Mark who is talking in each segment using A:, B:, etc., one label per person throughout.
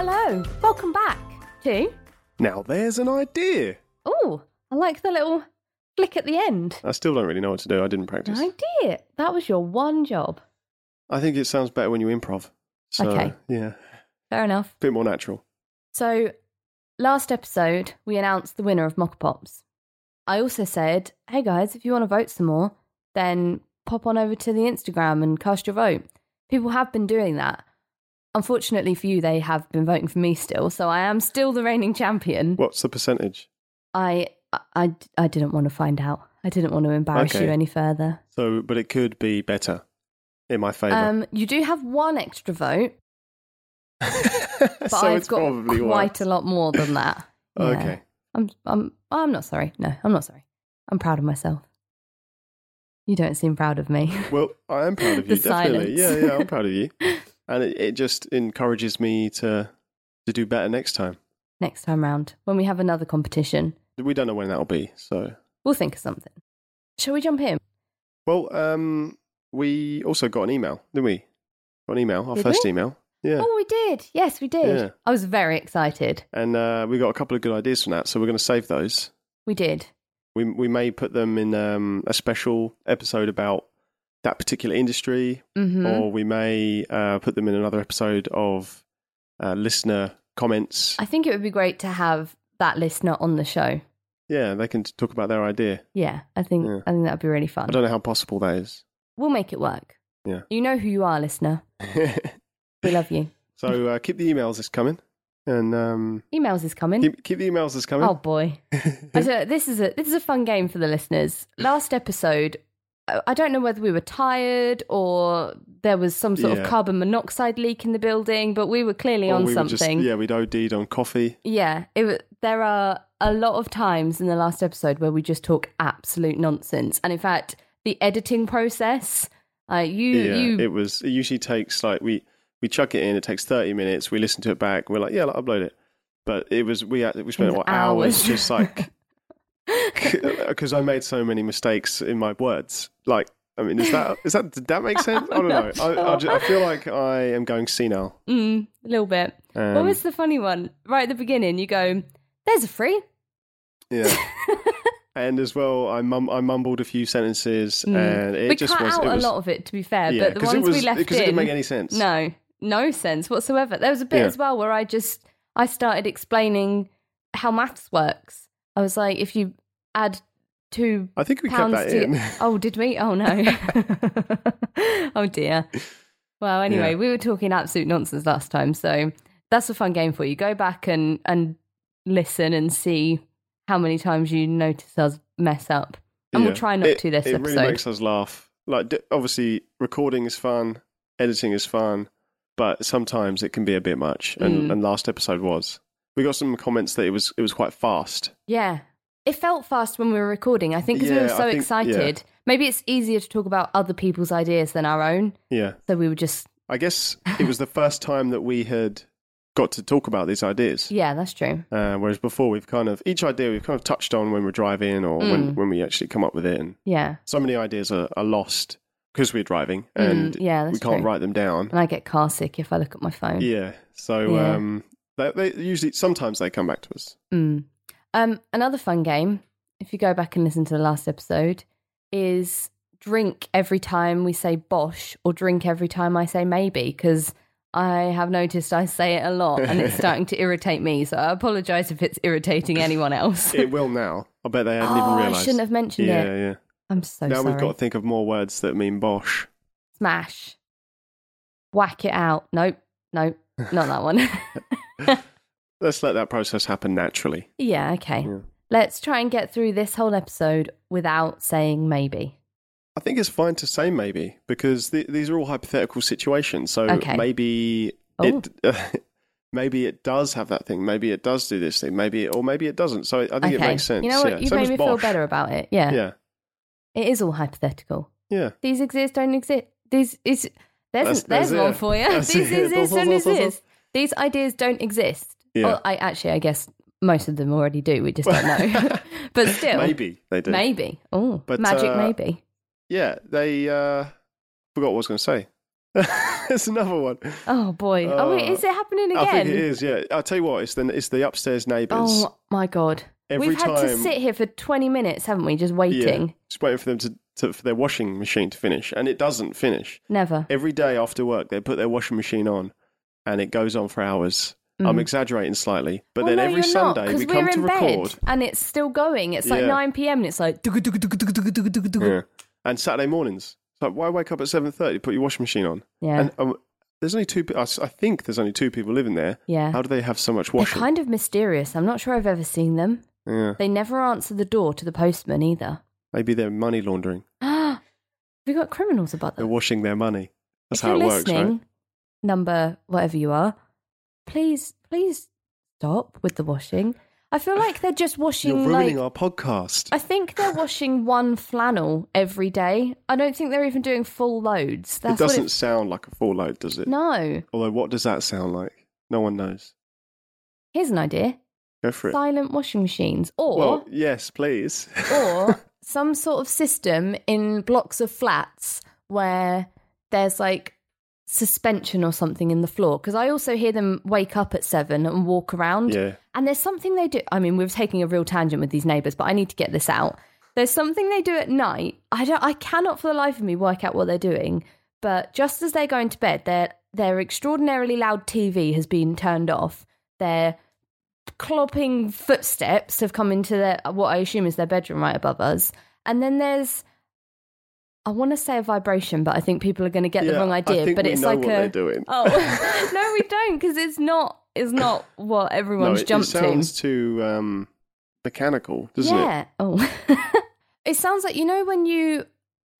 A: Welcome back to.
B: Now there's an idea.
A: Oh, I like the little flick at the end.
B: I still don't really know what to do. I didn't practice.
A: I did. That was your one job.
B: I think it sounds better when you improv. So,
A: Okay.
B: Yeah,
A: Fair enough.
B: bit more natural.
A: So, last episode, we announced the winner of Mock Pops. I also said, hey guys, if you want to vote some more, then pop on over to the Instagram and cast your vote. People have been doing that. Unfortunately for you, they have been voting for me still, so I am still the reigning champion.
B: What's the percentage?
A: I, I, I didn't want to find out. I didn't want to embarrass
B: Okay.
A: you any further.
B: So, but it could be better in my favour.
A: Um, you do have one extra vote, but
B: so
A: I've
B: it's
A: got
B: probably
A: quite a lot more than that. Yeah.
B: Okay.
A: I'm I'm I'm not sorry. No, I'm not sorry. I'm proud of myself. You don't seem proud of me.
B: Well, I am proud of
A: The
B: you. definitely.
A: silence.
B: Yeah, yeah, I'm proud of you. And it, it just encourages me to to do better next time.
A: Next time round, when we have another competition,
B: We don't know when that'll be. So,
A: we'll think of something. Shall we jump in?
B: well, um, we also got an email, didn't we? Got an email, our
A: Did
B: first
A: we?
B: email. Yeah.
A: Oh, we did. Yes, we did.
B: Yeah.
A: I was very excited.
B: And uh, we got a couple of good ideas from that. So we're going to save those.
A: We did.
B: We we may put them in um, a special episode about that particular industry,
A: hmm
B: or we may uh, put them in another episode of uh, listener comments.
A: I think it would be great to have that listener on the show.
B: yeah, they can t- talk about their idea.
A: Yeah, I think
B: Yeah.
A: I think that'd be really
B: I
A: fun.
B: don't know how possible that is.
A: We'll make it work.
B: Yeah.
A: You know who you are, listener. We love you.
B: so uh, keep the emails as coming, and um,
A: Emails is coming.
B: keep keep the emails as coming.
A: Oh boy, I don't- this is a this is a fun game for the listeners. Last episode, uh, I I don't know whether we were tired or there was some sort
B: Yeah.
A: of carbon monoxide leak in the building, but we were clearly
B: Or
A: on
B: we were just-
A: something.
B: yeah, we'd OD'd on coffee.
A: yeah, it, wa- there are a lot of times in the last episode where we just talk absolute nonsense, and in fact, the editing process, uh, you
B: yeah,
A: you
B: it was. It usually takes like we we chuck it in. It takes thirty minutes. We listen to it back. We're like, yeah, like, upload it. But it was we had- we spent
A: was
B: what, hours
A: hours.
B: just like because I made so many mistakes in my words. Like, I mean, is that is that did that make sense? I don't know.
A: not
B: I,
A: sure.
B: I, ju- I feel like I am going senile.
A: mm, a little bit.
B: Um,
A: what was the funny one right at the beginning? You go, "There's a free."
B: Yeah. and as well, I mum I mumbled a few sentences, and it
A: Mm. we
B: just
A: cut
B: was
A: out
B: it was
A: a lot of it, to be fair,
B: yeah,
A: but the
B: 'cause
A: ones
B: it was,
A: we left
B: because it didn't
A: in,
B: make any sense.
A: no, no sense whatsoever. There was a bit
B: Yeah.
A: as well where I just I started explaining how maths works. I was like, if you add two
B: I think we kept
A: pounds
B: that
A: to,
B: in.
A: oh, did we? Oh no, oh dear. Well, anyway,
B: Yeah.
A: we were talking absolute nonsense last time, so that's a fun game for you. Go back and and listen and see how many times you notice us mess up, and
B: Yeah.
A: we'll try not
B: it,
A: to this
B: It
A: episode.
B: really makes us laugh. Like d- obviously, recording is fun, editing is fun, but sometimes it can be a bit much. And,
A: Mm.
B: and last episode was. We got some comments that it was it was quite fast.
A: Yeah. It felt fast when we were recording. I think because we
B: Yeah,
A: were so
B: I think- yeah.
A: excited. Maybe it's easier to talk about other people's ideas than our own.
B: Yeah,
A: So we were just,
B: I guess it was the first time that we had got to talk about these ideas.
A: yeah, that's true.
B: Uh, whereas before, we've kind of each idea we've kind of touched on when we're driving or when,
A: Mm.
B: when we actually come up with it. And
A: Yeah.
B: so many ideas are, are lost because we're driving and
A: Mm, yeah, that's
B: we can't
A: true.
B: write them down.
A: And I get car sick if I look at my phone.
B: Yeah. So
A: Yeah.
B: um, they, they usually sometimes they come back to us.
A: Mm. Um, another fun game, if you go back and listen to the last episode, is drink every time we say bosh or drink every time I say maybe because I have noticed I say it a lot and it's starting to irritate me. So I apologize if it's irritating anyone else.
B: It will now. I bet they hadn't
A: oh,
B: even
A: I
B: realised.
A: shouldn't have mentioned
B: Yeah,
A: it.
B: yeah.
A: I'm so
B: now
A: sorry.
B: we've got to think of more words that mean Bosch.
A: Smash. Whack it out. Nope. Nope. Not that one.
B: Let's let that process happen naturally.
A: yeah, okay.
B: Yeah.
A: Let's try and get through this whole episode without saying maybe.
B: I think it's fine to say maybe because th- these are all hypothetical situations. So
A: Okay. Oh.
B: maybe it. Maybe it does have that thing. Maybe it does do this thing. Maybe, it, or maybe it doesn't. So I think
A: okay.
B: it makes sense.
A: You know what?
B: Yeah.
A: You've
B: Same
A: made
B: as
A: me feel
B: Bosch.
A: better about it. Yeah.
B: Yeah,
A: It is all hypothetical.
B: yeah.
A: These exist, don't exist. These is there's
B: That's-
A: there's
B: that's
A: one
B: it.
A: for you.
B: That's
A: These
B: it.
A: exist,
B: Those-
A: don't
B: those- those-
A: exist. These ideas don't exist.
B: Yeah.
A: Well, I actually I guess most of them already do. We just don't know. but still
B: Maybe they do.
A: Maybe. Oh,
B: But,
A: magic
B: uh,
A: maybe.
B: Yeah, they uh forgot what I was going to say. There's another one.
A: Oh boy. oh wait,
B: Uh,
A: is it happening again?
B: I think it is. Yeah, I'll tell you what. It's the it's the upstairs neighbours.
A: Oh my god.
B: Every
A: We've had to
B: time-
A: sit here for 20 minutes, haven't we? Just waiting.
B: Yeah, just waiting for them to, to for their washing machine to finish, and it doesn't finish.
A: Never.
B: Every day after work, they put their washing machine on, and it goes on for hours. I'm exaggerating slightly,
A: Mm.
B: but
A: Well,
B: then
A: no,
B: every
A: you're
B: Sunday
A: not, 'cause
B: we
A: we're
B: come
A: in
B: to
A: bed
B: record,
A: and it's still going. It's like
B: Yeah.
A: 9 p.m. and it's like "Dugga, dugga, dugga, dugga, dugga, dugga, dugga, dugga."
B: Yeah. and Saturday mornings. It's like, why wake up at seven thirty? Put your washing machine on.
A: yeah,
B: And um, there's only two. pe- I s- I think there's only two people living there.
A: yeah.
B: How do they have so much
A: They're
B: washing?
A: kind of mysterious. I'm not sure I've ever seen them.
B: Yeah,
A: They never answer the door to the postman either.
B: maybe they're money laundering.
A: Have you got criminals about
B: They're
A: them?
B: washing their money.
A: Uh,
B: That's
A: if
B: how
A: you're
B: it works,
A: listening,
B: right?
A: number whatever you are, please, please stop with the washing. I feel like they're just
B: You're
A: washing like
B: ruining our podcast.
A: I think they're washing one flannel every day. I don't think they're even doing full loads.
B: it
A: That's
B: doesn't
A: what
B: sound like a full load, does
A: it,
B: it?
A: No.
B: Although, what does that sound like? No one knows.
A: Here's an idea.
B: Go for it.
A: Silent washing machines or
B: Well, yes, please.
A: or some sort of system in blocks of flats where there's like suspension or something in the floor because I also hear them wake up at 7 and walk around.
B: yeah.
A: And there's something they do. I mean, we're taking a real tangent with these neighbours, but I need to get this out. There's something they do at night. I don't. I cannot for the life of me work out what they're doing. But just as they're going to bed, their their extraordinarily loud TV has been turned off. Their clopping footsteps have come into their what I assume is their bedroom right above us. And then there's, I want to say a vibration, but I think people are going to get the
B: Yeah,
A: wrong
B: I
A: idea.
B: think
A: but
B: we
A: it's
B: know
A: like
B: what
A: a
B: they're doing.
A: Oh no, we don't because it's not. It's not what
B: No,
A: everyone's
B: it, it
A: jumped
B: sounds
A: to.
B: too um, mechanical, doesn't it?
A: yeah. Oh, it sounds like you know when you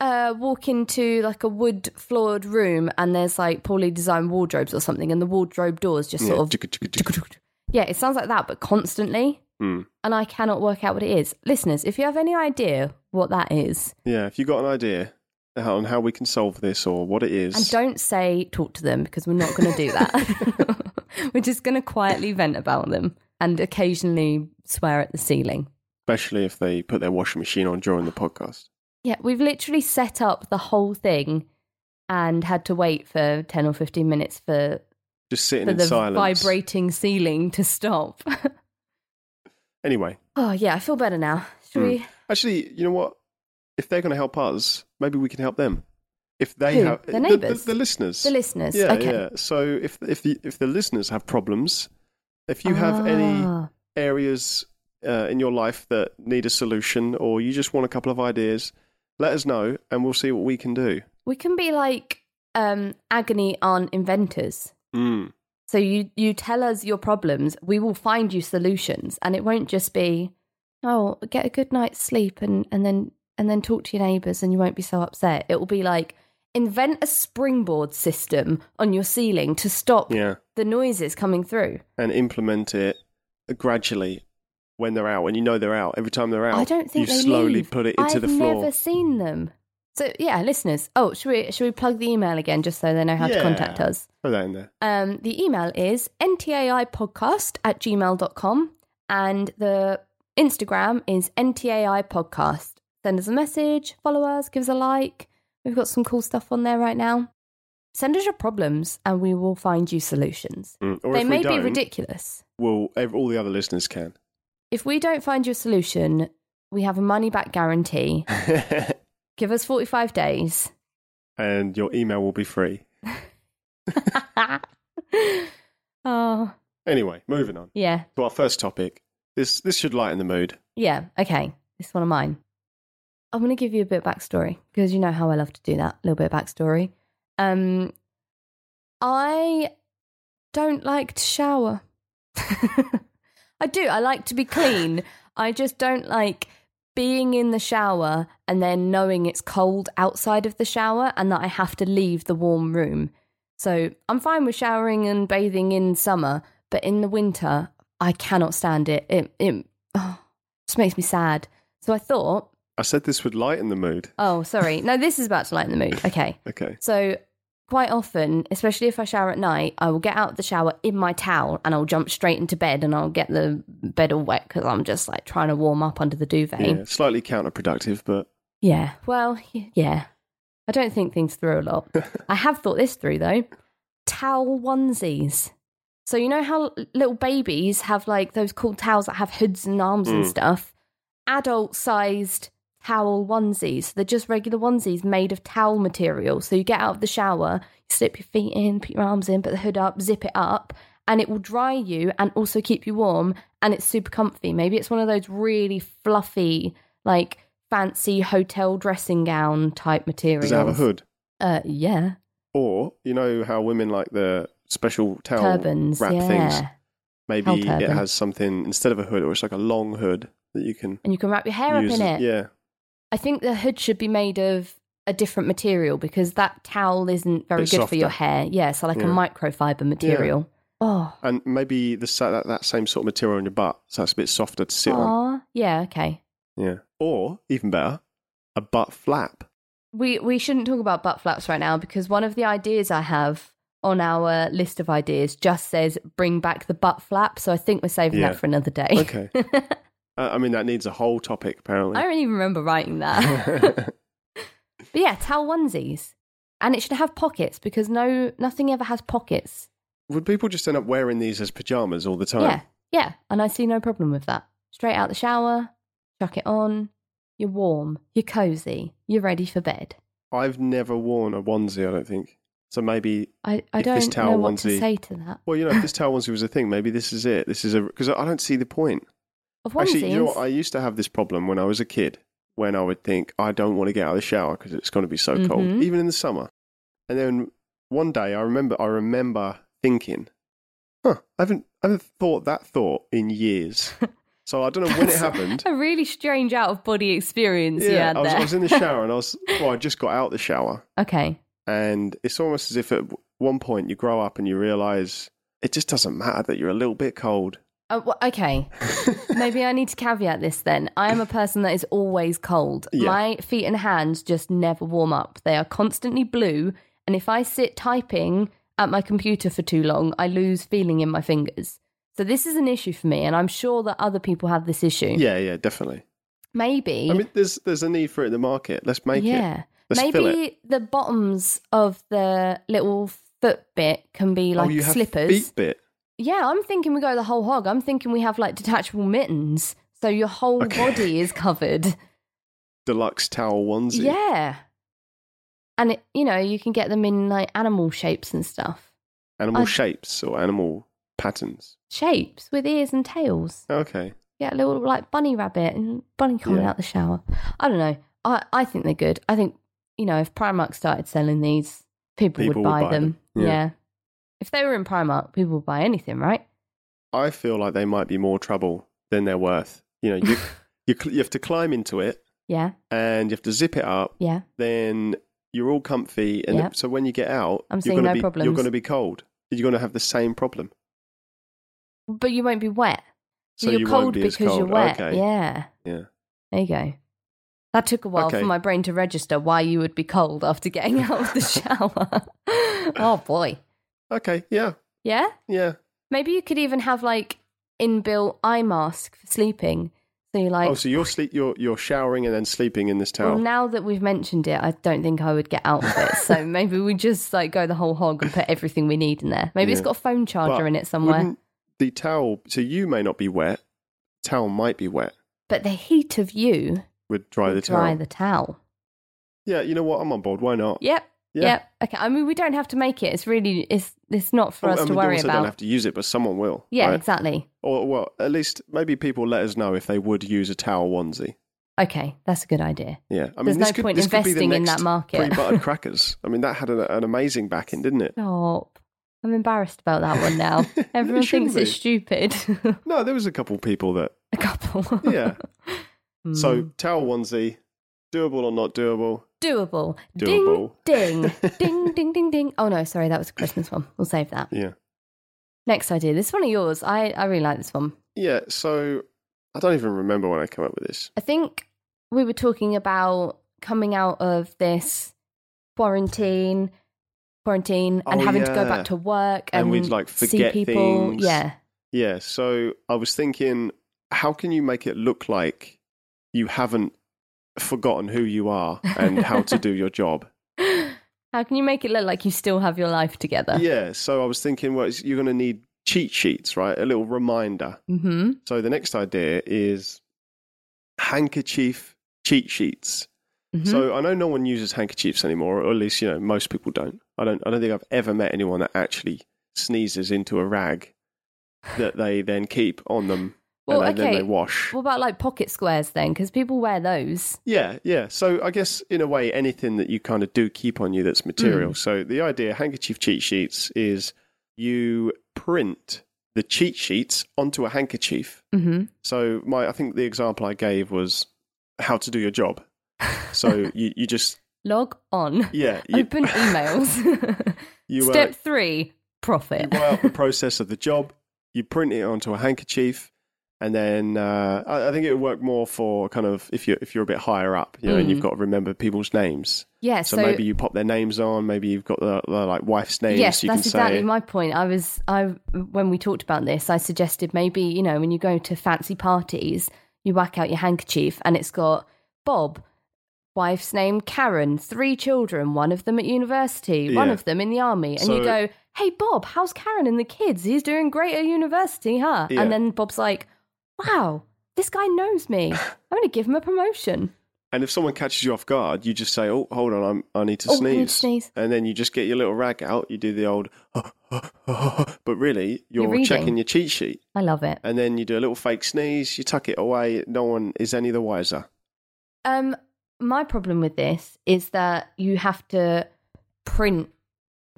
A: uh, walk into like a wood floored room and there's like poorly designed wardrobes or something, and the wardrobe doors just sort of.
B: of.
A: Yeah, it sounds like that, but constantly.
B: Hmm.
A: And I cannot work out what it is. Listeners, if you have any idea what that is,
B: Yeah, if you got an idea on how we can solve this or what it is,
A: and don't say talk to them because we're not going to do that. we're just going to quietly vent about them and occasionally swear at the ceiling.
B: especially if they put their washing machine on during the podcast.
A: Yeah, we've literally set up the whole thing and had to wait for 10 or 15 minutes for,
B: Just sitting
A: for
B: in
A: the
B: silence.
A: vibrating ceiling to stop.
B: anyway,
A: oh, yeah, I feel better now. Should
B: Hmm.
A: we?
B: actually, you know what? If they're going to help us, maybe we can help them. If they
A: Who?
B: have
A: The neighbours?
B: the, listeners,
A: The listeners.
B: yeah,
A: okay.
B: yeah. So if if the if the listeners have problems, if you have any
A: Ah,
B: areas uh, in your life that need a solution, or you just want a couple of ideas, let us know, and we'll see what we can do.
A: We can be like um, agony on inventors.
B: Mm.
A: So you you tell us your problems, we will find you solutions, and it won't just be, oh, get a good night's sleep and and then and then talk to your neighbours and you won't be so upset. It will be like invent a springboard system on your ceiling to stop
B: Yeah,
A: the noises coming through.
B: and implement it gradually when they're out, and you know they're out. Every time they're out,
A: I don't think
B: you
A: they
B: slowly
A: leave.
B: put it into
A: I've
B: the floor.
A: never seen them. So yeah, listeners. Oh, should we should we plug the email again just so they know how to
B: Yeah.
A: contact us?
B: Throw that in there.
A: Um, the email is ntaipodcast at gmail.com and the Instagram is ntaipodcast. Send us a message, follow us, give us a like. We've got some cool stuff on there right now. Send us your problems and we will find you solutions.
B: Mm. Or
A: they
B: if
A: may
B: we
A: be
B: don't,
A: ridiculous.
B: Well, ev- all the other listeners can.
A: If we don't find your solution, we have a money back guarantee. give us 45 days.
B: and your email will be free.
A: oh,
B: Anyway, moving on
A: yeah.
B: to our first topic. This this should lighten the mood.
A: Yeah, okay. This one of mine. I'm going to give you a bit of backstory because you know how I love to do that. A little bit of backstory. Um, I don't like to shower. I do. I like to be clean. I just don't like being in the shower and then knowing it's cold outside of the shower and that I have to leave the warm room. So I'm fine with showering and bathing in summer, but in the winter, I cannot stand it. It, it oh, just makes me sad. So I thought,
B: I said this would lighten the mood.
A: oh, sorry. No, this is about to lighten the mood. Okay.
B: Okay.
A: So quite often, especially if I shower at night, I will get out of the shower in my towel and I'll jump straight into bed and I'll get the bed all wet because I'm just like trying to warm up under the duvet.
B: Yeah, slightly counterproductive, but
A: Yeah. Well, y- yeah. I don't think things through a lot. I have thought this through though. towel onesies. So you know how little babies have like those cool towels that have hoods and arms and
B: Mm.
A: stuff? Adult sized towel onesies. They're just regular onesies made of towel material. So you get out of the shower, you slip your feet in, put your arms in, put the hood up, zip it up, and it will dry you and also keep you warm and it's super comfy. Maybe it's one of those really fluffy, like fancy hotel dressing gown type materials.
B: Does it have a hood?
A: Uh yeah.
B: Or you know how women like the special towel
A: Turbans.
B: wrap
A: yeah.
B: things. Maybe
A: Towel
B: it
A: turban.
B: has something instead of a hood, or it's like a long hood that you can
A: And you can wrap your hair
B: use.
A: up in
B: as-
A: it.
B: Yeah,
A: I think the hood should be made of a different material because that towel isn't very
B: Bit
A: good for your
B: softer.
A: hair. Yeah, so like a
B: Yeah.
A: microfiber material. Oh,
B: and maybe the sa- that, that same sort of material in your butt, so it's a bit softer to sit on.
A: Aw, yeah, okay.
B: Yeah, or even better, a butt flap.
A: We we shouldn't talk about butt flaps right now because one of the ideas I have on our list of ideas just says bring back the butt flap. So I think we're saving
B: Yeah.
A: that for another day.
B: Okay, uh, I mean that needs a whole topic apparently.
A: I don't even remember writing that. But yeah, towel onesies, and it should have pockets because no, nothing ever has pockets.
B: Would people just end up wearing these as pajamas all the time?
A: Yeah, yeah, and I see no problem with that. Straight out the shower, chuck it on. You're warm. You're cozy. You're ready for bed.
B: I've never worn a onesie. I don't think so. Maybe
A: I, I
B: If this
A: don't know
B: towel
A: what to
B: onesie-
A: say to that.
B: well, you know, if this towel onesie was a thing, maybe this is it. This is a because I don't see the point.
A: Of onesies,
B: Actually, you know what? I used to have this problem when I was a kid, when I would think, I don't want to get out of the shower because it's going to be so cold,
A: Mhm.
B: even in the summer. And then one day I remember, I remember thinking, huh, I haven't, I haven't thought that thought in years. so I don't know when it happened.
A: a really strange out of body experience you had
B: I was,
A: there.
B: I was in the shower and I was, well, I just got out the shower.
A: okay.
B: And it's almost as if at one point you grow up and you realize it just doesn't matter that you're a little bit cold.
A: Uh, wh- okay. Maybe I need to caveat this then. I am a person that is always cold.
B: Yeah.
A: My feet and hands just never warm up. They are constantly blue. And if I sit typing at my computer for too long, I lose feeling in my fingers. So this is an issue for me. And I'm sure that other people have this issue.
B: Yeah, yeah, definitely.
A: Maybe.
B: I mean, there's there's a need for it in the market. Let's make it.
A: yeah.
B: Let's fill it.
A: Maybe the bottoms of the little foot bit can be like
B: oh, you have
A: slippers.
B: feet bit.
A: Yeah, I'm thinking we go the whole hog. I'm thinking we have like detachable mittens, so your whole
B: Okay.
A: body is covered.
B: Deluxe towel onesie.
A: Yeah, and it, you know you can get them in like animal shapes and stuff,
B: Animal
A: I-
B: shapes or animal patterns.
A: shapes with ears and tails.
B: Okay.
A: Get a little like bunny rabbit and bunny coming
B: Yeah.
A: out the shower. I don't know. I I think they're good. I think you know if Primark started selling these, people,
B: People
A: would
B: would
A: buy,
B: buy
A: them.
B: them.
A: Yeah.
B: Yeah.
A: if they were in Primark, people would buy anything, right?
B: I feel like they might be more trouble than they're worth. You know, you you, cl- you have to climb into it
A: Yeah,
B: and you have to zip it up.
A: yeah.
B: Then you're all comfy, and
A: Yep.
B: so when you get out,
A: I'm
B: you're
A: seeing
B: gonna
A: no
B: be you're
A: problems.
B: going to be cold. You're going to have the same problem.
A: But you won't be wet.
B: So
A: you're
B: you
A: cold
B: won't be
A: because
B: as cold.
A: you're wet.
B: Okay.
A: Yeah.
B: Yeah.
A: There you go. That took a while
B: Okay.
A: for my brain to register why you would be cold after getting out of the shower. oh boy.
B: Okay. Yeah.
A: Yeah?
B: Yeah.
A: Maybe you could even have like inbuilt eye mask for sleeping. So you're like
B: oh, so you're sleep you're you're showering and then sleeping in this towel.
A: well, now that we've mentioned it, I don't think I would get out of it. So maybe we just like go the whole hog and put everything we need in there. Maybe it's
B: Yeah.
A: got a phone charger
B: But
A: in it somewhere.
B: wouldn't The towel, so you may not be wet. Towel might be wet.
A: But the heat of you
B: Would dry
A: would
B: the
A: dry
B: towel.
A: the towel.
B: yeah, you know what? I'm on board. Why not?
A: Yep.
B: Yeah.
A: Yep. Okay. I mean, we don't have to make it. It's really it's it's not for
B: Oh,
A: us
B: and
A: to
B: we
A: worry
B: also
A: about.
B: don't have to use it, but someone will.
A: yeah.
B: right?
A: Exactly.
B: Or well, at least maybe people let us know if they would use a towel onesie.
A: Okay, that's a good idea.
B: Yeah, I mean,
A: There's
B: this
A: no
B: could,
A: point
B: this could be the
A: investing in
B: next
A: that market.
B: Pre-buttered crackers. I mean, that had an, an amazing back end, didn't it?
A: Stop. I'm embarrassed about that one now. Everyone
B: shouldn't
A: thinks it's stupid.
B: No, there was a couple people that.
A: a couple.
B: Yeah.
A: Mm.
B: So towel onesie, doable or not doable?
A: doable.
B: Doable.
A: Ding, ding, ding, ding, ding, ding. Oh no, sorry, that was a Christmas one. We'll save that.
B: Yeah.
A: Next idea. This one of yours. I I really like this one.
B: Yeah. So I don't even remember when I came up with this.
A: I think we were talking about coming out of this quarantine, quarantine, and
B: Oh,
A: having to go
B: yeah.
A: back to work and,
B: And we'd, like,
A: see
B: forget
A: people.
B: things.
A: Yeah,
B: Yeah, so I was thinking, how can you make it look like you haven't forgotten who you are and how to do your job?
A: How can you make it look like you still have your life together?
B: Yeah, so I was thinking, well, it's- you're going to need cheat sheets, right? A little reminder.
A: Mm-hmm.
B: So the next idea is handkerchief cheat sheets.
A: Mhm.
B: So I know no one uses handkerchiefs anymore, or at least you know most people don't. I don't. I don't think I've ever met anyone that actually sneezes into a rag that they then keep on them
A: Well,
B: and then
A: okay.
B: they wash.
A: What about like pocket squares then? Because people wear those.
B: Yeah, yeah. So I guess in a way, anything that you kind of do keep on you that's material.
A: Mm.
B: So the idea, handkerchief cheat sheets, is you print the cheat sheets onto a handkerchief.
A: Mm-hmm.
B: So my, I think the example I gave was how to do your job. So you, you just
A: Log on.
B: yeah, you,
A: Open emails.
B: you, uh,
A: Step three,
B: you
A: profit.
B: work out the process of the job. You print it onto a handkerchief, and then uh, I, I think it would work more for kind of if you if you're a bit higher up, you know, and you've got to remember people's names.
A: Mm. yeah,
B: So,
A: so,
B: maybe you pop their names on. Maybe you've got the, the like wife's names.
A: yes,
B: you
A: that's
B: can
A: exactly
B: say.
A: my point. I was I when we talked about this, I suggested maybe you know when you go to fancy parties, you whack out your handkerchief and it's got Bob, wife's name Karen, three children, one of them at university, one
B: Yeah.
A: of them in the army, and you
B: So-
A: go, hey Bob, how's Karen and the kids? He's doing great at university, huh?
B: Yeah.
A: And then Bob's like, wow, this guy knows me. I'm gonna give him a promotion.
B: and if someone catches you off guard, you just say, "Oh, hold on, I'm, I need to
A: Oh, I
B: sneeze."
A: need to sneeze.
B: And then you just get your little rag out. You do the old, but really you're,
A: You're reading.
B: checking your cheat sheet,
A: I love it.
B: and then you do a little fake sneeze. You tuck it away. No one is any the wiser.
A: Um, my problem with this is that you have to print,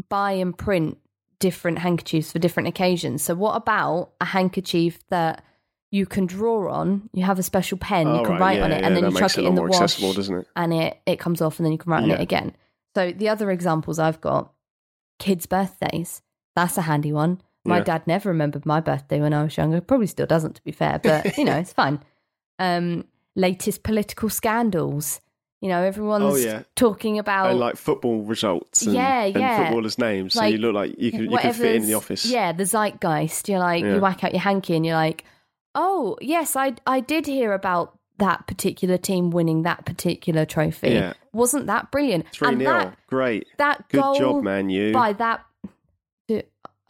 A: buy and print different handkerchiefs for different occasions. So, what about a handkerchief that you can draw on? You have a special pen, you
B: All
A: can
B: right,
A: write
B: yeah,
A: on it,
B: yeah,
A: and then
B: that
A: you
B: makes
A: chuck
B: it
A: it
B: a lot
A: in the
B: more
A: wash,
B: accessible, doesn't it?
A: and it it comes off, and then you can write on
B: Yeah.
A: it again. So, the other examples I've got: kids' birthdays. That's a handy one. My
B: Yeah.
A: dad never remembered my birthday when I was younger. Probably still doesn't, to be fair, but you know, it's fine um, latest political scandals. You know, everyone's
B: Oh, yeah.
A: talking about
B: and like football results and,
A: Oh. Yeah,
B: and
A: yeah.
B: footballers' names. so
A: Like,
B: you look like you can, you can
A: whatever.
B: fit in the office.
A: Yeah, the zeitgeist. You're like,
B: Yeah.
A: you whack out your hanky and you're like, oh, yes, I, I did hear about that particular team winning that particular trophy.
B: Yeah.
A: Wasn't that brilliant?
B: Three
A: and
B: nil.
A: that,
B: Great.
A: that
B: Good
A: goal
B: job, man. You.
A: by that.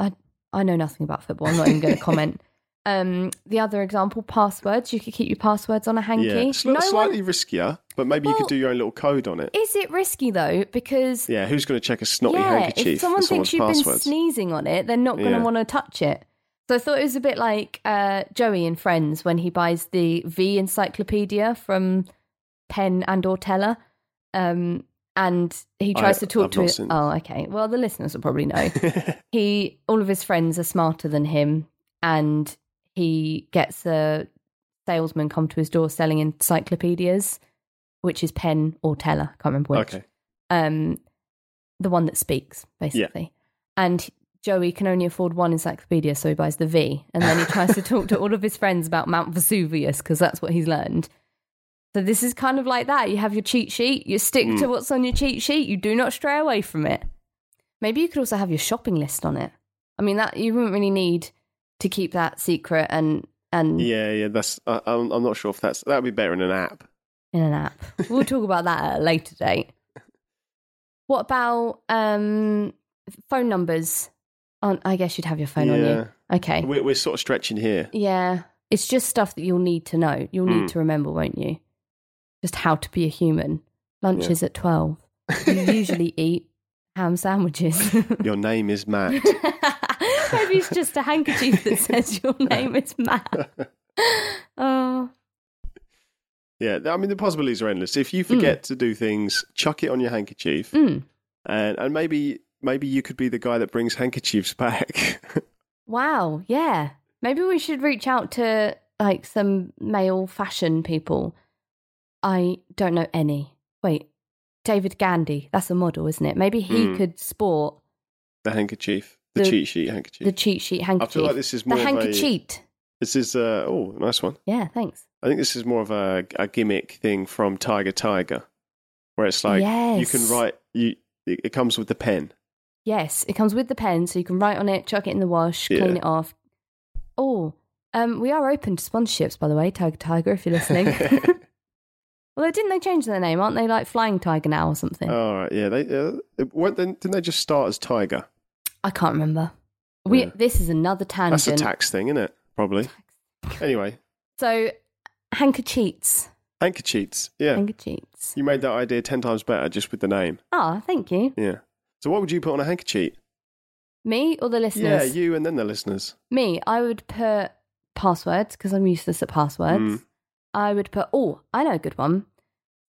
A: I, I know nothing about football. I'm not even going to comment. Um, the other example, passwords. You could keep your passwords on a hanky.
B: Yeah, it's
A: No one-
B: slightly riskier, but maybe you
A: Well-
B: could do your own little code on it.
A: is it risky though? Because
B: Yeah, who's going to check a snotty handkerchief
A: If someone
B: for someone's
A: thinks you've
B: passwords?
A: been sneezing on it, they're not going to
B: Yeah.
A: want to touch it. So I thought it was a bit like uh, Joey in Friends when he buys the V encyclopedia from Penn and Ortella. Um, and he
B: I-
A: tries to talk
B: I've
A: to
B: not
A: it.
B: seen this.
A: Oh, okay. Well, the listeners will probably know. he, all of his friends are smarter than him, and he gets a salesman come to his door selling encyclopedias, which is Penn or Teller. Can't remember which
B: okay.
A: um, the one that speaks, basically. And Joey can only afford one encyclopedia, so he buys the V. And then he tries to talk to all of his friends about Mount Vesuvius because that's what he's learned. So this is kind of like that. You have your cheat sheet, you stick to what's on your cheat sheet, you do not stray away from it. Maybe you could also have your shopping list on it. I mean that you wouldn't really need to keep that secret and and
B: Yeah, yeah. That's. I, I'm, I'm not sure if that's. That would be better in an app.
A: in an app. We'll talk about that at a later date. What about um, phone numbers? Oh, I guess you'd have your phone on you. Okay.
B: We're, we're sort of stretching here.
A: yeah. It's just stuff that you'll need to know. You'll need to remember, won't you? Just how to be a human. Lunch
B: Yeah.
A: is at 12. You usually eat ham sandwiches.
B: Your name is Matt.
A: Maybe it's just a handkerchief that says your name is Matt. Oh,
B: yeah, I mean the possibilities are endless. If you
A: Hmm.
B: forget to do things, chuck it on your handkerchief,
A: Mm.
B: and and maybe maybe you could be the guy that brings handkerchiefs back.
A: Wow, yeah. Maybe we should reach out to like some male fashion people. I don't know any. Wait, David Gandy, that's a model, isn't it? Maybe he
B: Hmm.
A: could sport
B: the handkerchief, the,
A: The-
B: cheat sheet handkerchief.
A: the cheat sheet handkerchief.
B: like this is more
A: the
B: of a-
A: handkercheat.
B: this is uh, oh, nice one.
A: Yeah, thanks.
B: I think this is more of a, a gimmick thing from Tiger Tiger, where it's like you can
A: Yes.
B: write. You it it comes with the pen.
A: Yes, it comes with the pen, so you can write on it, chuck it in the wash, clean
B: Yeah.
A: it off. Oh, um, we are open to sponsorships, by the way, Tiger Tiger, if you're listening. Although didn't they change their name? Aren't they like Flying Tiger now or something?
B: All right, yeah. They uh, it- weren't they, didn't they just start as Tiger?
A: I can't remember. We
B: Yeah.
A: this is another tangent.
B: That's a tax thing, isn't it? Probably. Anyway,
A: So handkerchiefs,
B: handkerchiefs. Yeah,
A: handkerchiefs.
B: you made that idea ten times better just with the name.
A: Ah, thank you.
B: Yeah. So what would you put on a handkerchief?
A: Me or the
B: Yeah,
A: listeners?
B: you and then the listeners.
A: Me, I would put passwords because I'm useless at passwords.
B: Mm.
A: I would put. Oh, I know a good one.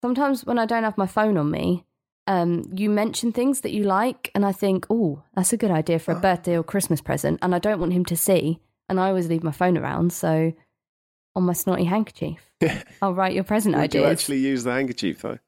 A: Sometimes when I don't have my phone on me, um, you mention things that you like, and I think, oh, that's a good idea for a
B: Ah.
A: birthday or Christmas present, and I don't want him to see, and I always leave my phone around, so on my snotty handkerchief, I'll write your present
B: Would you
A: ideas.
B: actually use the handkerchief though?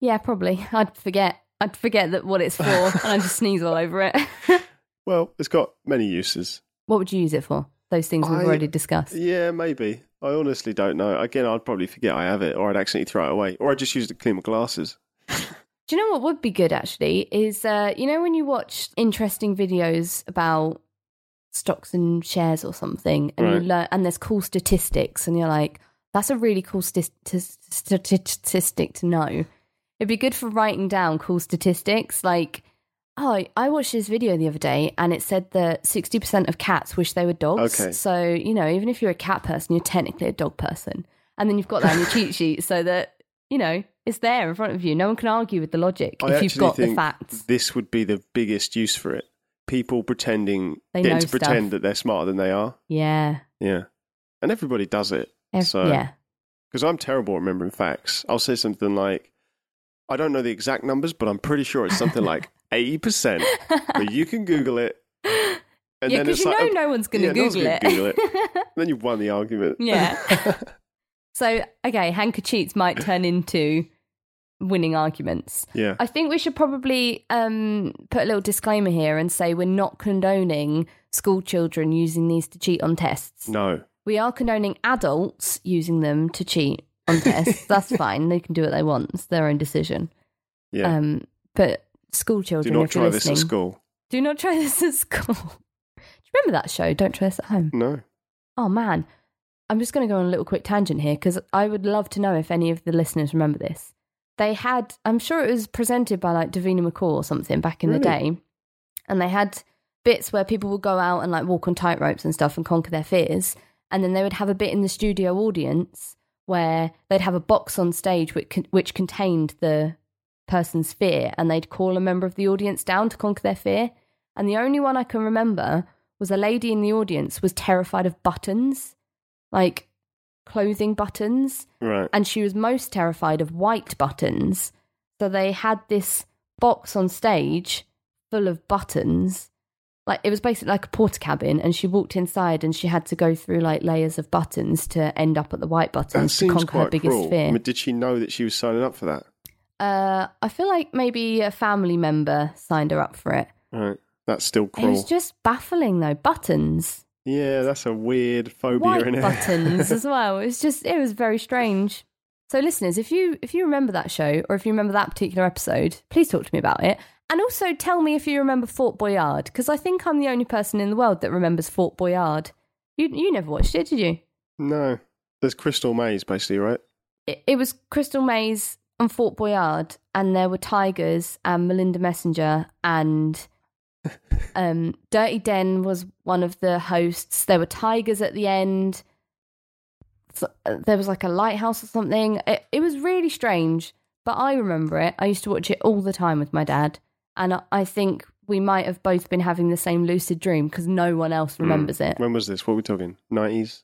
A: Yeah, probably. I'd forget. I'd forget that what it's for, and I'd just sneeze all over it.
B: Well, it's got many uses.
A: what would you use it for? Those things we've
B: I-
A: already discussed.
B: Yeah, maybe. I honestly don't know. Again, I'd probably forget I have it, or I'd accidentally throw it away, or I just use it to clean my glasses.
A: Do you know what would be good actually is uh, you know when you watch interesting videos about stocks and shares or something, and you
B: Right.
A: learn and there's cool statistics, and you're like, that's a really cool sti- t- st- t- statistic to know. It'd be good for writing down cool statistics like. Oh, I watched this video the other day and it said that 60% of cats wish they were dogs.
B: Okay.
A: So, you know, even if you're a cat person, you're technically a dog person. And then you've got that on your cheat sheet so that, you know, it's there in front of you. No one can argue with the logic
B: I
A: if you've
B: actually
A: got
B: think
A: the facts.
B: this would be the biggest use for it. People pretending,
A: They
B: getting
A: know
B: to pretend
A: stuff.
B: that they're smarter than they are.
A: Yeah.
B: Yeah. And everybody does it.
A: Ev-
B: So-
A: yeah.
B: Because I'm terrible at remembering facts. I'll say something like, I don't know the exact numbers, but I'm pretty sure it's something like 80%. But you can Google it. And
A: yeah,
B: then
A: because
B: it's
A: you
B: like, "Oh,
A: know no one's going to
B: yeah, no one's
A: Google,
B: gonna
A: it.
B: Google then you've won the argument.
A: yeah. so, okay, handkerchiefs might turn into winning arguments.
B: Yeah.
A: I think we should probably um, put a little disclaimer here and say we're not condoning school children using these to cheat on tests.
B: No.
A: We are condoning adults using them to cheat on tests. That's fine. They can do what they want. It's their own decision.
B: Yeah.
A: Um, but school
B: Do
A: children,
B: not
A: if
B: try
A: you're
B: this at
A: listening,
B: school.
A: do not try this at school. do you remember that show? Don't try this at home.
B: No.
A: Oh man, I'm just going to go on a little quick tangent here because I would love to know if any of the listeners remember this. They had, I'm sure it was presented by like Davina McCall or something back in the
B: Really?
A: day, and they had bits where people would go out and like walk on tightropes and stuff and conquer their fears, and then they would have a bit in the studio audience where they'd have a box on stage which con- which contained the person's fear, and they'd call a member of the audience down to conquer their fear. And the only one I can remember was a lady in the audience was terrified of buttons, like clothing buttons,
B: Right.
A: and she was most terrified of white buttons. So they had this box on stage full of buttons. Like it was basically like a porter cabin, and she walked inside and she had to go through like layers of buttons to end up at the white
B: That
A: buttons to
B: seems
A: conquer her
B: quite
A: biggest
B: cruel.
A: fear.
B: I mean, did she know that she was signing up for that?
A: Uh, I feel like maybe a family member signed her up for it.
B: Right. That's still
A: It
B: cruel.
A: was just baffling though. Buttons.
B: yeah, that's a weird phobia
A: white
B: in it.
A: buttons as well. It was just it was very strange. So listeners, if you if you remember that show or if you remember that particular episode, please talk to me about it. And also tell me if you remember Fort Boyard because I think I'm the only person in the world that remembers Fort Boyard. You you never watched it, did you?
B: no. There's Crystal Maze, basically, right?
A: It, it was Crystal Maze and Fort Boyard, and there were tigers and Melinda Messenger and um, Dirty Den was one of the hosts. There were tigers at the end. So, uh, there was like a lighthouse or something. It, it was really strange, but I remember it. I used to watch it all the time with my dad, and I, I think we might have both been having the same lucid dream because no one else
B: Hmm.
A: remembers it.
B: When was this? What are we talking? 90s?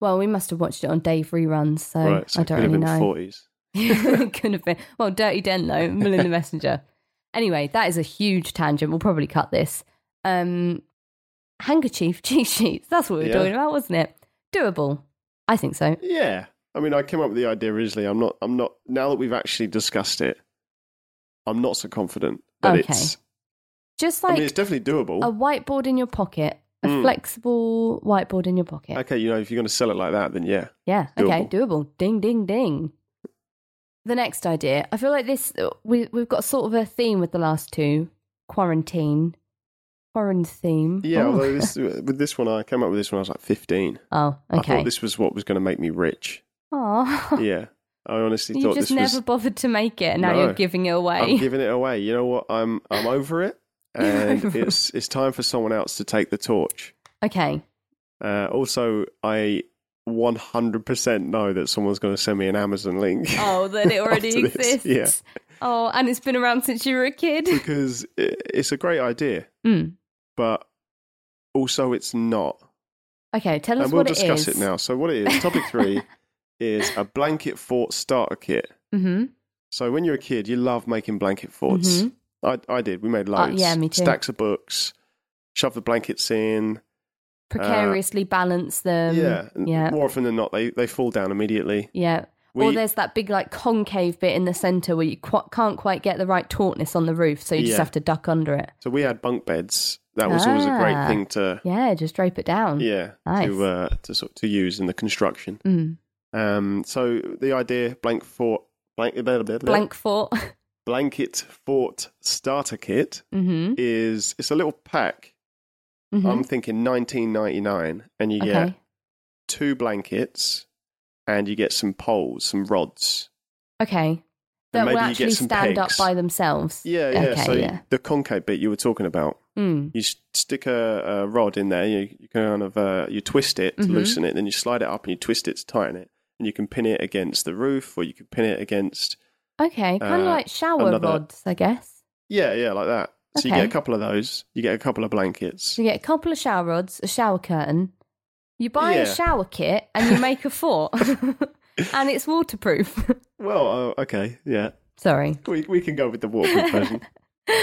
A: Well, we must have watched it on Dave reruns, so,
B: right. So
A: I
B: it could
A: don't really
B: have been
A: know.
B: the 40s.
A: It could have been. Well, Dirty Den though, Melinda Messenger. Anyway, that is a huge tangent. We'll probably cut this. Um, handkerchief cheat sheets. That's what we were
B: Yeah.
A: talking about, wasn't it? Doable. I think so.
B: Yeah. I mean, I came up with the idea originally. I'm not, I'm not, now that we've actually discussed it, I'm not so confident that
A: Okay.
B: it's,
A: Just
B: I
A: like oh,
B: mean, it's definitely doable.
A: a whiteboard in your pocket, a
B: Mm.
A: flexible whiteboard in your pocket.
B: Okay. You know, if you're going to sell it like that, then yeah.
A: Yeah. Okay. Doable. Ding, ding, ding. The next idea. I feel like this. uh, We we've got sort of a theme with the last two. Quarantine. Quarantine.
B: Yeah.
A: Oh.
B: Although this, with this one, I came up with this when I was like 15.
A: oh.
B: I
A: Okay.
B: thought this was what was going to make me rich.
A: Aw.
B: yeah. I honestly
A: You
B: thought
A: just
B: this
A: never
B: was.
A: booked bothered to make it. Now
B: No.
A: you're giving it
B: I'm
A: away.
B: giving it away. You know what? I'm I'm over it,
A: You're
B: and
A: over it.
B: it's it's time for someone else to take the torch.
A: okay.
B: Uh, also, I 100% know that someone's going to send me an Amazon link.
A: Oh, then it already
B: After this,
A: exists. Oh, and it's been around since you were a kid.
B: because i- it's a great idea,
A: Mm.
B: but also it's not.
A: Okay, tell us
B: and we'll
A: what
B: discuss
A: it is.
B: it now. So, what it is, topic three is a blanket fort starter kit. Uh,
A: Mm-hmm.
B: So, when you're a kid, you love making blanket forts.
A: Mhm.
B: I, I did. We made loads.
A: Uh, yeah, me too.
B: Stacks of books, shove the blankets in.
A: Precariously balance them.
B: yeah. and
A: Um, Yeah.
B: More often than not, they, they fall down immediately.
A: Yeah. or
B: We-
A: there's that big like concave bit in the center where you qu- can't quite get the right tautness on the roof, so you just
B: Yeah.
A: have to duck under it.
B: So, we had bunk beds. That was always a great
A: Ah.
B: thing to.
A: Yeah, just drape it down.
B: yeah
A: Nice.
B: to uh, to sort to use in the construction.
A: Mm.
B: Um, so the idea blank fort blank, blah, blah, blah, blah,
A: Blank fort.
B: blanket fort starter kit
A: mm-hmm.
B: is it's a little pack.
A: hmm
B: I'm thinking 19.99, and you get
A: Okay.
B: two blankets, and you get some poles, some rods.
A: Okay.
B: And
A: That
B: maybe
A: will
B: you get
A: actually
B: some
A: stand up
B: pegs.
A: by themselves.
B: Yeah, yeah.
A: Okay,
B: so you-
A: yeah.
B: the concave bit you were talking about,
A: Mm.
B: you s- stick a, a rod in there. You, you kind of uh, you twist it to
A: Mhm.
B: loosen it, then you slide it up and you twist it to tighten it, and you can pin it against the roof, or you can pin it against
A: Okay, kind of
B: Uh,
A: like shower
B: another-
A: rods, I guess.
B: yeah, yeah, like that. So you get
A: Okay.
B: a couple of those. You get a couple of blankets.
A: So you get a couple of shower rods, a shower curtain. You buy a
B: Yeah.
A: shower kit and you make a fort, and it's waterproof.
B: Well, uh, okay, yeah,
A: Sorry.
B: we we can go with the waterproof version,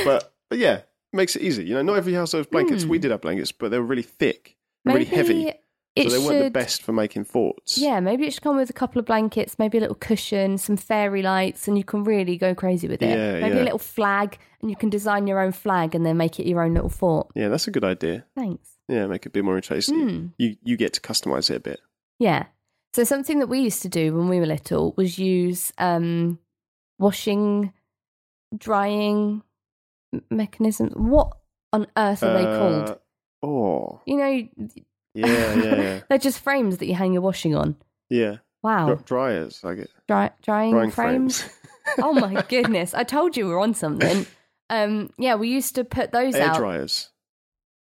B: but, but yeah, makes it easy. You know, not every house has blankets.
A: Hmm.
B: We did have blankets, but they were really thick, and really heavy, so
A: It
B: they weren't the
A: should,
B: best for making forts.
A: Yeah, maybe it should come with a couple of blankets, maybe a little cushion, some fairy lights, and you can really go crazy with it.
B: Yeah,
A: maybe
B: yeah.
A: a little flag, and you can design your own flag and then make it your own little fort.
B: yeah, that's a good idea.
A: Thanks.
B: Yeah, make it a bit more interesting.
A: Hmm.
B: You you get to customize it a bit.
A: Yeah. So something that we used to do when we were little was use um, washing, drying m- mechanisms. What on earth are they called?
B: Uh, Oh,
A: You know,
B: yeah, yeah, yeah.
A: they're just frames that you hang your washing on.
B: yeah.
A: Wow,
B: Dr- dryers, I get
A: Dry, drying,
B: drying
A: Oh. frames.
B: frames.
A: oh my goodness! I told you we were on something. Um, yeah, we used to put those
B: air
A: out.
B: dryers.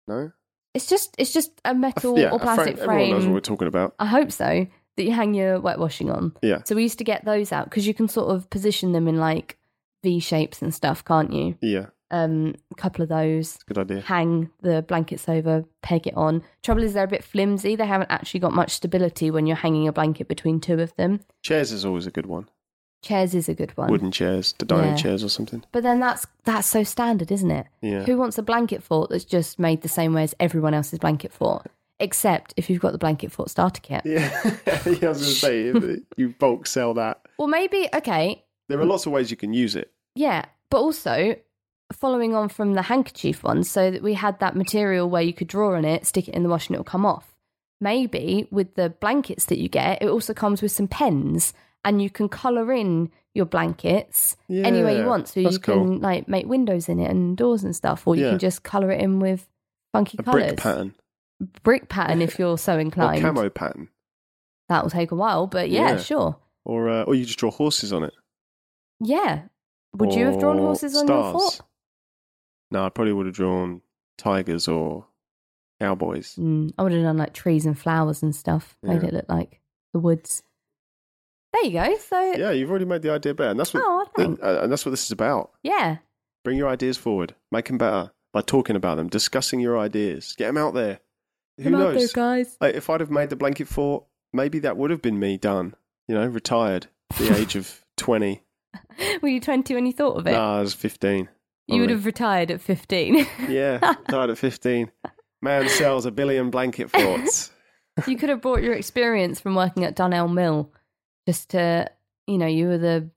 B: No,
A: It's just, it's just a
B: I f-
A: metal
B: yeah,
A: or
B: a fra-
A: plastic
B: Everyone knows what
A: frame.
B: we're talking about.
A: I hope so. That you hang your wet washing on.
B: Yeah.
A: So we used to get those out because you can sort of position them in like V shapes and stuff, can't you?
B: Yeah,
A: Um, a couple of those.
B: good idea.
A: Hang the blankets over, peg it on. Trouble is, they're a bit flimsy. They haven't actually got much stability when you're hanging a blanket between two of them.
B: Chairs is always a good one.
A: Chairs is a good one,
B: Wooden chairs, the dining
A: Yeah.
B: chairs or something.
A: but then that's that's so standard, isn't it?
B: Yeah.
A: Who wants a blanket fort that's just made the same way as everyone else's blanket fort? Except if you've got the blanket fort starter kit.
B: yeah, yeah, I was going to say if you bulk sell that.
A: Well, maybe okay,
B: There are lots of ways you can use it.
A: Yeah, but also following on from the handkerchief one, so that we had that material where you could draw on it, stick it in the wash, and it'll come off. Maybe with the blankets that you get, it also comes with some pens, and you can color in your blankets any way you
B: Yeah,
A: want. So
B: that's
A: you can
B: cool.
A: like make windows in it and doors and stuff, or you
B: Yeah.
A: can just color it in with funky
B: A
A: colors.
B: brick pattern
A: Brick pattern, if you're so
B: or
A: inclined.
B: camo pattern,
A: That will take a while, but yeah,
B: Yeah.
A: sure.
B: or uh, or you just draw horses on it.
A: Yeah. Would you have drawn
B: or
A: horses on your
B: stars.
A: fort?
B: No, I probably would have drawn tigers or cowboys.
A: Mm, I would have done like trees and flowers and stuff, made
B: Yeah.
A: it look like the woods. There you go. So,
B: Yeah, you've already made the idea better, and that's what
A: oh, thanks.
B: uh, and that's what this is about.
A: yeah,
B: Bring your ideas forward, make them better by talking about them, discussing your ideas, get them out there. Who
A: Come out there,
B: knows?
A: guys.
B: Like, if I'd have made the blanket fort, maybe that would have been me done. You know, retired at the age of twenty.
A: Were you 20 when you thought of it?
B: Nah, I was fifteen.
A: you would
B: probably.
A: have retired at 15.
B: Yeah, died at 15. Man sells a billion blanket forts.
A: you could have brought your experience from working at Dunelm Mill just to, you know, you were the,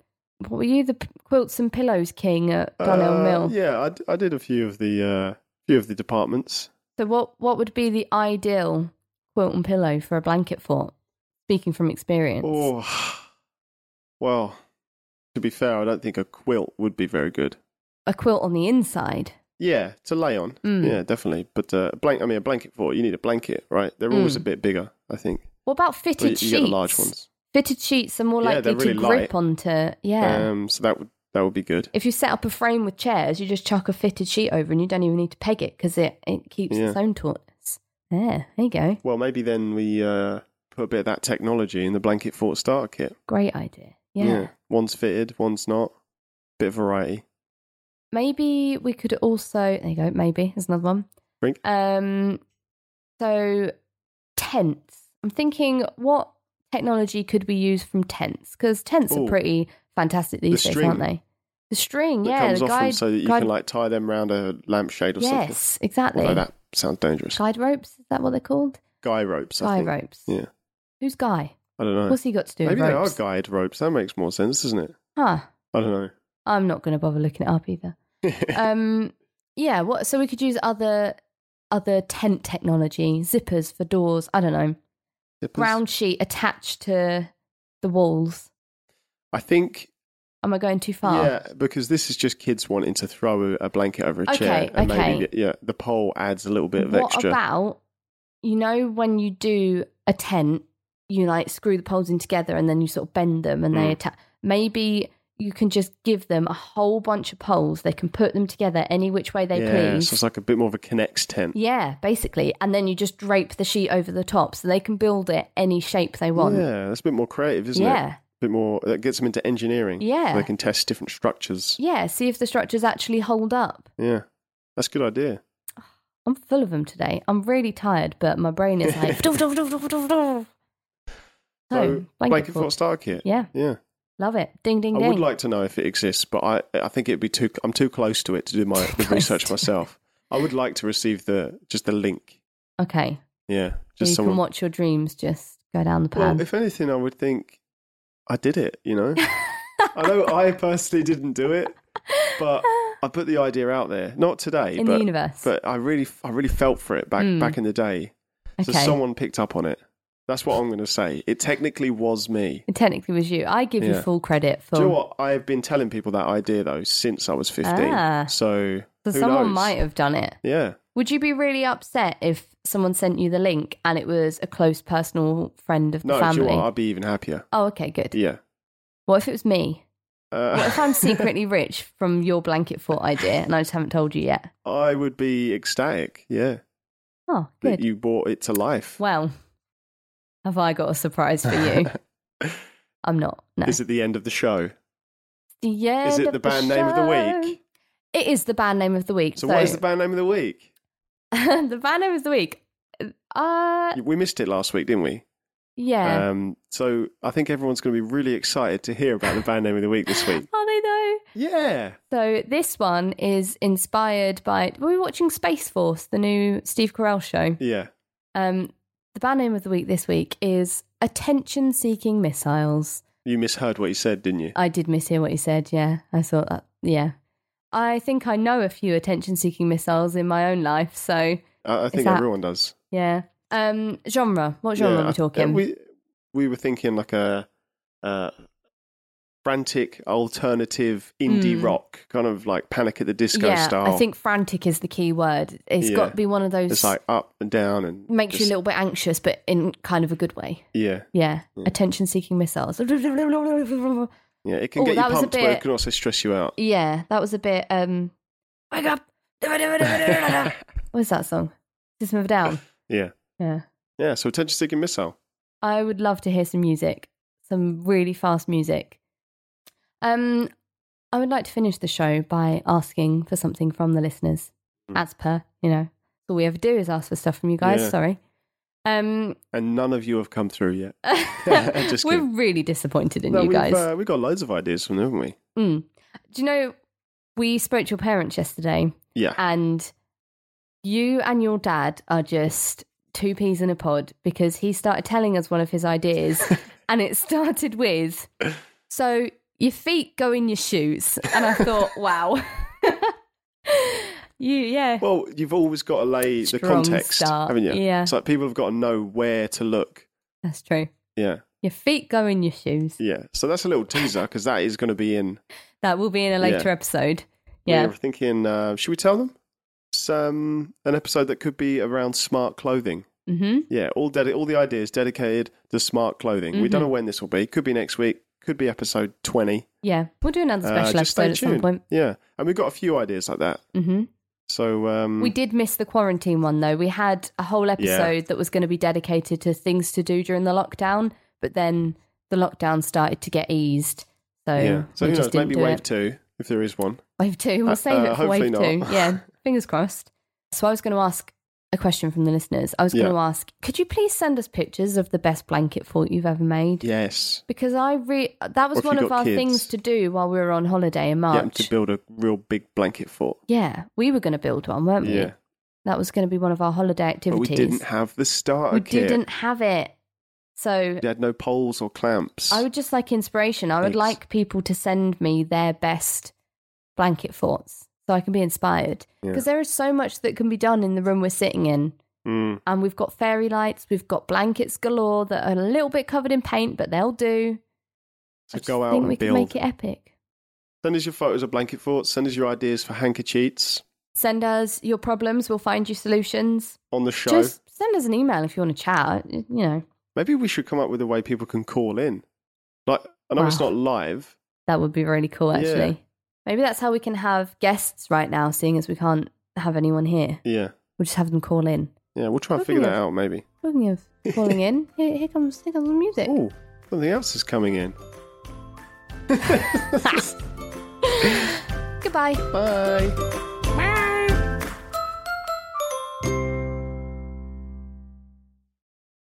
A: what were you, the p- quilts and pillows king at Dunelm
B: Uh,
A: Mill.
B: Yeah, I d- I, did a few of the uh, few of the departments.
A: So, what, what would be the ideal quilt and pillow for a blanket fort? Speaking from experience.
B: Oh, well, to be fair, I don't think a quilt would be very good.
A: A quilt on the inside.
B: Yeah, to lay on.
A: Mm.
B: Yeah, definitely. But uh, blank, I mean, a blanket fort, you need a blanket, right? They're always
A: Mm.
B: a bit bigger, I think.
A: What about
B: Well,
A: fitted
B: you, you
A: sheets?
B: get the large ones.
A: Fitted sheets are more
B: Yeah,
A: likely
B: they're really
A: to grip
B: light.
A: onto. Yeah.
B: Um, so that would that would be good.
A: if you set up a frame with chairs, you just chuck a fitted sheet over and you don't even need to peg it because it, it keeps
B: Yeah.
A: its own tautness. Yeah, there you go.
B: Well, maybe then we uh, put a bit of that technology in the blanket fort starter kit.
A: Great idea. Yeah.
B: one's fitted, one's not. Bit of variety.
A: Maybe we could also there you go, maybe there's another one.
B: Drink.
A: Um so tents. I'm thinking what technology could we use from tents? Because tents
B: Ooh.
A: are pretty fantastic these
B: The
A: days,
B: string
A: aren't they? The string,
B: That
A: yeah.
B: comes
A: the
B: off them
A: guide,
B: so that you
A: guide-
B: can like tie them round a lampshade or something.
A: Yes, exactly.
B: Although that sounds dangerous.
A: Guide ropes, is that what they're called?
B: Guy ropes. I
A: guy
B: think.
A: ropes.
B: Yeah.
A: Who's Guy?
B: I don't know.
A: What's he got to do
B: Maybe
A: with
B: they are
A: ropes?
B: guide ropes. That makes more sense, doesn't it?
A: Huh.
B: I don't know.
A: I'm not gonna bother looking it up either. um yeah what so we could use other other tent technology zippers for doors i don't know
B: Zippers.
A: ground sheet attached to the walls
B: I think
A: am i going too far
B: yeah, because this is just kids wanting to throw a, a blanket over a
A: Okay,
B: chair, and
A: okay.
B: maybe the, yeah, the pole adds a little bit of
A: what
B: extra.
A: about you know when you do a tent you like screw the poles in together and then you sort of bend them and they
B: Mm.
A: attach maybe you can just give them a whole bunch of poles they can put them together any which way they
B: yeah,
A: please
B: so it's like a bit more of a connects tent.
A: Yeah, basically. And then you just drape the sheet over the top so they can build it any shape they want. Yeah.
B: Yeah, that's a bit more creative, isn't it?
A: Yeah.
B: bit more that gets them into engineering.
A: Yeah.
B: So they can test different structures.
A: see if the structures actually hold up.
B: Yeah, that's a good idea.
A: I'm full of them today. I'm really tired, but my brain is like. so,
B: So, blanket
A: blanket
B: fort
A: fort.
B: starter kit.
A: Yeah,
B: Yeah,
A: love it. Ding, ding,
B: I
A: ding.
B: would like to know if it exists, but I I think it'd be too I'm too close to it to do my
A: Too
B: the
A: close
B: research
A: to it.
B: myself. I would like to receive the just the link.
A: okay,
B: Yeah,
A: so
B: just
A: you
B: someone.
A: can watch your dreams just go down the
B: well,
A: pan.
B: if anything, I would think I did it. You know, I know I personally didn't do it, but I put the idea out there. Not today,
A: In the
B: but
A: universe.
B: but I really I really felt for it back
A: Mm.
B: back in the day. So
A: okay,
B: someone picked up on it. That's what I'm going to say. It technically was me.
A: it technically was you. I give you
B: Yeah.
A: full credit for.
B: Do you know what? I've been telling people that idea though since I was 15.
A: Ah.
B: So,
A: So
B: who
A: someone
B: knows?
A: might have done it.
B: Yeah.
A: Would you be really upset if someone sent you the link and it was a close personal friend of the
B: No, do you
A: family?
B: know what? I'd be even happier.
A: oh, okay, good.
B: Yeah.
A: What if it was me?
B: Uh,
A: What if I'm secretly rich from your blanket fort idea and I just haven't told you yet?
B: I would be ecstatic. Yeah.
A: Oh,
B: That
A: good.
B: you brought it to life.
A: Well, have I got a surprise for you? I'm not. No.
B: Is it the end of the show?
A: the end
B: it
A: of
B: the band name of the
A: show.
B: week?
A: It is the band name of the week.
B: So, what is the band name of the week?
A: the band name of the week? Uh,
B: We missed it last week, didn't we?
A: yeah.
B: Um, so, I think everyone's going to be really excited to hear about the band name of the week this week.
A: Are they though?
B: Yeah.
A: So this one is inspired by were we watching Space Force, the new Steve Carell show?
B: Yeah.
A: Um, the band name of the week this week is Attention Seeking Missiles.
B: You misheard what you said, didn't you?
A: I did mishear what you said, yeah. I thought that yeah. I think I know a few attention seeking missiles in my own life, so
B: I, I think
A: that-
B: everyone does.
A: yeah. Um genre. What genre
B: Yeah,
A: are
B: I- uh,
A: we talking?
B: We we were thinking like a uh, frantic alternative indie
A: Mm.
B: rock, kind of like Panic at the Disco
A: yeah,
B: style.
A: I think frantic is the key word. It's
B: Yeah.
A: got to be one of those
B: it's like up and down and
A: makes you a
B: just-
A: little bit anxious but in kind of a good way.
B: yeah
A: Yeah, attention seeking missiles. yeah,
B: yeah. It can
A: Oh,
B: get you
A: that was a
B: pumped, but it
A: bit-
B: can also stress you out.
A: that was a bit. um Wake up! What's that song? System of a Down.
B: yeah,
A: Yeah,
B: yeah. So attention seeking missile.
A: I would love to hear some music, some really fast music. Um, I would like to finish the show by asking for something from the listeners, as per you know. All we ever do is ask for stuff from you guys.
B: Hmm. Yeah.
A: Sorry. Um,
B: And none of you have come through yet. Just
A: we're
B: kidding.
A: really disappointed in
B: No,
A: you
B: we've,
A: guys.
B: uh, we got loads of ideas from them, haven't we?
A: Mm. Do you know we spoke to your parents yesterday,
B: Yeah,
A: and you and your dad are just two peas in a pod because he started telling us one of his ideas, and it started with, "So your feet go in your shoes," and I thought, "Wow, you yeah."
B: Well, you've always got to lay the
A: Strong
B: context,
A: start,
B: haven't you?
A: yeah.
B: It's like people have got to know where to look.
A: That's true.
B: Yeah,
A: Your feet go in your shoes.
B: yeah. So that's a little teaser because that is going to be in
A: That will be in a later episode.
B: We
A: Yeah.
B: were thinking, uh, should we tell them? It's um, an episode that could be around smart clothing.
A: Mm-hmm.
B: Yeah, all dedi- all the ideas dedicated to smart clothing. We
A: Mm-hmm.
B: don't know when this will be. Could be next week. Could be episode twenty.
A: Yeah. We'll do another
B: Uh,
A: special
B: just stay
A: episode at some
B: tuned.
A: point.
B: Yeah, and we've got a few ideas like that.
A: hmm
B: So um,
A: We did miss the quarantine one though. We had a whole episode that was going to be dedicated to things to do during the lockdown, but then the lockdown started to get eased. So,
B: yeah. So
A: we
B: who
A: just
B: knows?
A: didn't
B: Maybe
A: do
B: wave
A: it.
B: two, if there is one.
A: Wave two. We'll
B: Uh,
A: save
B: uh,
A: it for wave
B: hopefully not.
A: two. Yeah. Fingers crossed. So I was going to ask a question from the listeners. I was going
B: Yeah.
A: to ask, could you please send us pictures of the best blanket fort you've ever made?
B: Yes.
A: Because I re- that
B: Or
A: was
B: if
A: one
B: you
A: of
B: got
A: our
B: kids.
A: things to do while we were on holiday in
B: Yeah,
A: March.
B: to build a real big blanket fort.
A: Yeah, we were going to build one, weren't we?
B: Yeah.
A: That was going to be one of our holiday
B: But we
A: activities.
B: didn't have the starter
A: We
B: kit.
A: didn't have it. So
B: They had no poles or clamps.
A: I would just like inspiration. I would
B: Thanks.
A: like people to send me their best blanket forts so I can be inspired.
B: Yeah.
A: Because there is so much that can be done in the room we're sitting in.
B: Mm,
A: And we've got fairy lights, we've got blankets galore that are a little bit covered in paint, but they'll do.
B: so
A: I just
B: go out
A: think
B: and
A: we can
B: build.
A: make it epic.
B: Send us your photos of blanket forts. Send us your ideas for handkerchiefs
A: Send us your problems, we'll find you solutions.
B: on the show.
A: Just send us an email if you want to chat, you know.
B: Maybe we should come up with a way people can call in. Like, I know it's
A: Wow.
B: not live.
A: That would be really cool,
B: Yeah.
A: actually. Maybe that's how we can have guests right now, seeing as we can't have anyone here.
B: Yeah.
A: We'll just have them call in.
B: Yeah, we'll try and
A: Okay.
B: figure that out maybe.
A: Speaking of calling in, here, here comes here comes the music.
B: Oh, something else is coming in.
A: Goodbye.
B: Bye.